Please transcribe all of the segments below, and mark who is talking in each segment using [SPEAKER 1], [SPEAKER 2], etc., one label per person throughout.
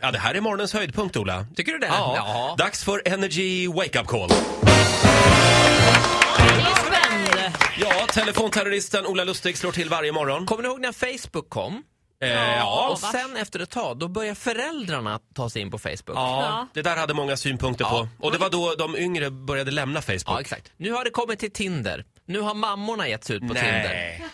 [SPEAKER 1] Ja, det här är morgonens höjdpunkt, Ola.
[SPEAKER 2] Tycker du det?
[SPEAKER 1] Ja.
[SPEAKER 2] Ja.
[SPEAKER 1] Dags för Energy Wake Up Call.
[SPEAKER 3] Jag är spänd.
[SPEAKER 1] Ja, telefonterroristen Ola Lustig slår till varje morgon.
[SPEAKER 2] Kommer ni ihåg när Facebook kom?
[SPEAKER 1] Eh,
[SPEAKER 3] Ja.
[SPEAKER 1] ja.
[SPEAKER 2] Och sen efter ett tag, då börjar föräldrarna ta sig in på Facebook.
[SPEAKER 1] ja, det där hade många synpunkter
[SPEAKER 2] Ja.
[SPEAKER 1] på. Och det var då de yngre började lämna Facebook.
[SPEAKER 2] Ja, exakt. Nu har det kommit till Tinder. Nu har mammorna gett sig ut på
[SPEAKER 1] Nej.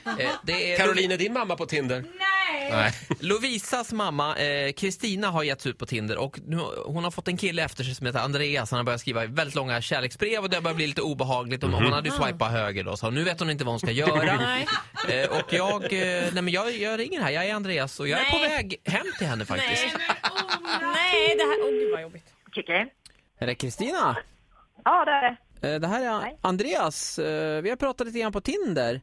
[SPEAKER 2] Tinder. Eh, det är
[SPEAKER 1] Caroline, är din mamma på Tinder?
[SPEAKER 2] Nej. Lovisas mamma eh, Kristina har getts ut på Tinder och nu, hon har fått en kille efter sig som heter Andreas. Han har börjat skriva väldigt långa kärleksbrev och det börjar bli lite obehagligt. Hon, hon hade ju swipat höger då så nu vet hon inte vad hon ska göra.
[SPEAKER 3] Nej.
[SPEAKER 2] eh, och jag, eh, nej men jag, jag ringer här, jag är Andreas och jag är
[SPEAKER 3] Nej.
[SPEAKER 2] på väg hem till henne faktiskt.
[SPEAKER 3] Nej, Nej, det här... Åh, gud vad jobbigt.
[SPEAKER 4] Tycker.
[SPEAKER 2] Är det Kristina? Eh,
[SPEAKER 4] Ja, det är det.
[SPEAKER 2] Det här är Andreas. Eh, Vi har pratat lite grann på Tinder.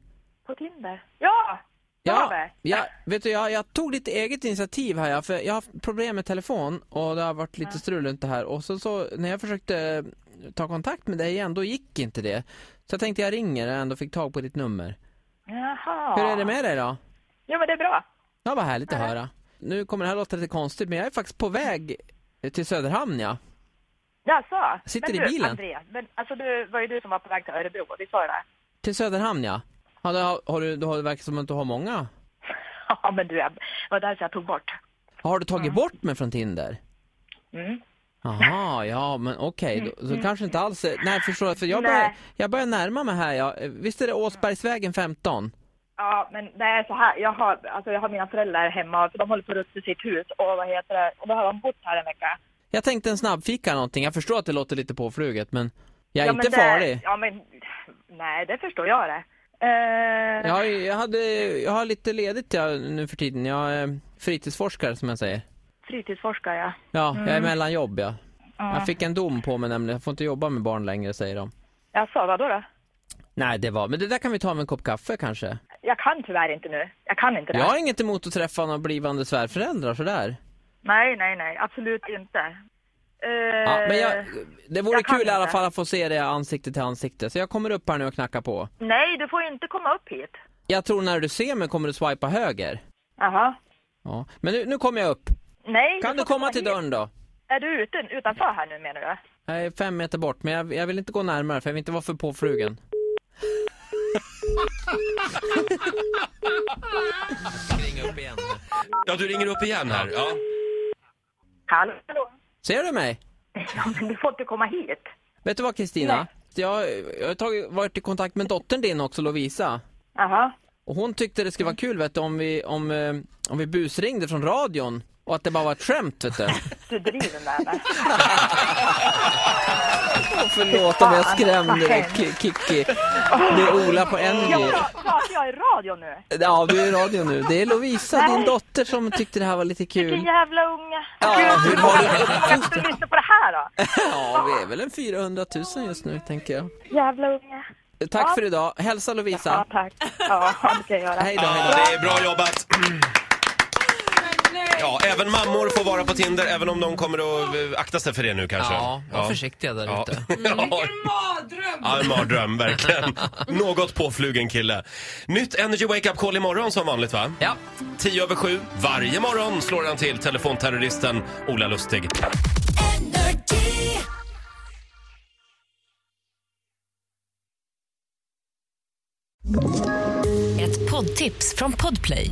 [SPEAKER 4] På Tinder. Ja!
[SPEAKER 2] Ja, jag, vet du, jag, jag tog lite eget initiativ här, ja, för jag har haft problem med telefon och det har varit lite strul runt det här. Och så, så när jag försökte eh, ta kontakt med dig igen, då gick inte det. Så jag tänkte jag ringer när jag ändå fick tag på ditt nummer.
[SPEAKER 4] Jaha.
[SPEAKER 2] Hur är det med dig då?
[SPEAKER 4] Jo, men det är bra.
[SPEAKER 2] Ja, vad härligt att höra. Nu kommer det här låta lite konstigt, men jag är faktiskt på väg eh, till Söderhamn ja.
[SPEAKER 4] Jaså?
[SPEAKER 2] Sitter
[SPEAKER 4] men
[SPEAKER 2] i
[SPEAKER 4] du,
[SPEAKER 2] bilen.
[SPEAKER 4] Andreas, men alltså du, var ju du som var på väg till Örebro, vi sa ju det.
[SPEAKER 2] Till Söderhamn ja. ja då har, har du, då har det verkar som att du har många.
[SPEAKER 4] Ja, men du, jag- det var därför jag tog bort.
[SPEAKER 2] Har du tagit bort mig från Tinder?
[SPEAKER 4] Mm.
[SPEAKER 2] Jaha, ja men okej, då, så kanske inte alls, är- nej förstår jag, för jag
[SPEAKER 4] Nej.
[SPEAKER 2] börjar, jag börjar närma mig här, ja. visst är det Åsbergsvägen 15?
[SPEAKER 4] Ja, men det är så här, jag har, alltså jag har mina föräldrar hemma, så de håller på att rusta sitt hus och vad heter det, och då har de bott här en vecka.
[SPEAKER 2] Jag tänkte en snabbfika eller någonting, jag förstår att det låter lite påfluget men jag är
[SPEAKER 4] ja, men
[SPEAKER 2] inte
[SPEAKER 4] det,
[SPEAKER 2] farlig.
[SPEAKER 4] Ja, men nej, det förstår jag det. Eh,
[SPEAKER 2] Jag, har ju- jag, hade, jag har lite ledigt ja, nu för tiden, jag är fritidsforskare som jag säger.
[SPEAKER 4] Fritidsforskare, ja.
[SPEAKER 2] Ja, jag
[SPEAKER 4] Mm.
[SPEAKER 2] är mellan jobb ja. Jag fick en dom på mig nämligen, jag får inte jobba med barn längre säger de.
[SPEAKER 4] Jaså, vadå då?
[SPEAKER 2] Nej det var, men det där kan vi ta med en kopp kaffe kanske?
[SPEAKER 4] Jag kan tyvärr inte nu. Jag kan inte det.
[SPEAKER 2] Jag har inget emot att träffa några blivande svärföräldrar sådär.
[SPEAKER 4] Nej, nej, nej, absolut inte. Eh,
[SPEAKER 2] Ja, men jag, det vore
[SPEAKER 4] jag kan
[SPEAKER 2] kul i alla
[SPEAKER 4] inte.
[SPEAKER 2] fall att få se det ansikte till ansikte. Så jag kommer upp här nu och knackar på.
[SPEAKER 4] Nej, du får ju inte komma upp hit.
[SPEAKER 2] Jag tror när du ser mig kommer du swipa höger.
[SPEAKER 4] Jaha.
[SPEAKER 2] Ja. Men nu, nu kommer jag upp.
[SPEAKER 4] Nej,
[SPEAKER 2] Kan du
[SPEAKER 4] får
[SPEAKER 2] komma till
[SPEAKER 4] hit.
[SPEAKER 2] dörren då?
[SPEAKER 4] Är du ute, utanför här nu menar du?
[SPEAKER 2] Jag är fem meter bort, men jag, jag vill inte gå närmare för jag vill inte vara för påflugen.
[SPEAKER 1] Ja, du ringer upp igen här. Ja.
[SPEAKER 4] Hallå? Hallå?
[SPEAKER 2] Ser du mig?
[SPEAKER 4] Ja, men du får inte komma hit.
[SPEAKER 2] Vet du vad Kristina? Jag, jag har tagit, varit i kontakt med dottern din också, Lovisa.
[SPEAKER 4] Jaha.
[SPEAKER 2] Och hon tyckte det skulle vara kul vet du, om vi, om, eh, om vi busringde från radion. Och att det bara var ett skämt vet du.
[SPEAKER 4] Du driver med mig.
[SPEAKER 2] Förlåt om jag
[SPEAKER 4] Fan,
[SPEAKER 2] skrämde
[SPEAKER 4] vad
[SPEAKER 2] dig,
[SPEAKER 4] hemskt.
[SPEAKER 2] Ki- Kikki. Det är Ola på Energy.
[SPEAKER 4] Jag pratar jag i radio nu?
[SPEAKER 2] Ja, du är i radio nu. Det är Lovisa, din dotter, som tyckte det här var lite
[SPEAKER 4] Vilken
[SPEAKER 2] kul.
[SPEAKER 4] jävla unge.
[SPEAKER 2] Ja, hur
[SPEAKER 4] Gud,
[SPEAKER 2] har du-
[SPEAKER 4] jag ska lyssna på det här då.
[SPEAKER 2] Ja, vi är väl en 400 000 just nu, tänker jag.
[SPEAKER 4] Jävla unge.
[SPEAKER 2] Tack för idag. Hälsa
[SPEAKER 4] Ja,
[SPEAKER 2] Lovisa.
[SPEAKER 4] tack. Ja, det ska jag göra.
[SPEAKER 2] Hej då, hej
[SPEAKER 1] Ja,
[SPEAKER 2] då.
[SPEAKER 1] det är bra jobbat. Ja, även mammor får vara på Tinder, även om de kommer att eh, akta sig för det nu kanske.
[SPEAKER 2] Ja, var försiktiga där
[SPEAKER 1] Ja.
[SPEAKER 2] ute.
[SPEAKER 1] Ja. Ja, en mardröm, verkligen. Något påflugen kille. Nytt Energy Wake Up Call imorgon som vanligt va?
[SPEAKER 2] Ja.
[SPEAKER 1] 10 över 7. Varje morgon slår han till telefonterroristen Ola Lustig.
[SPEAKER 5] Ett poddtips från Podplay.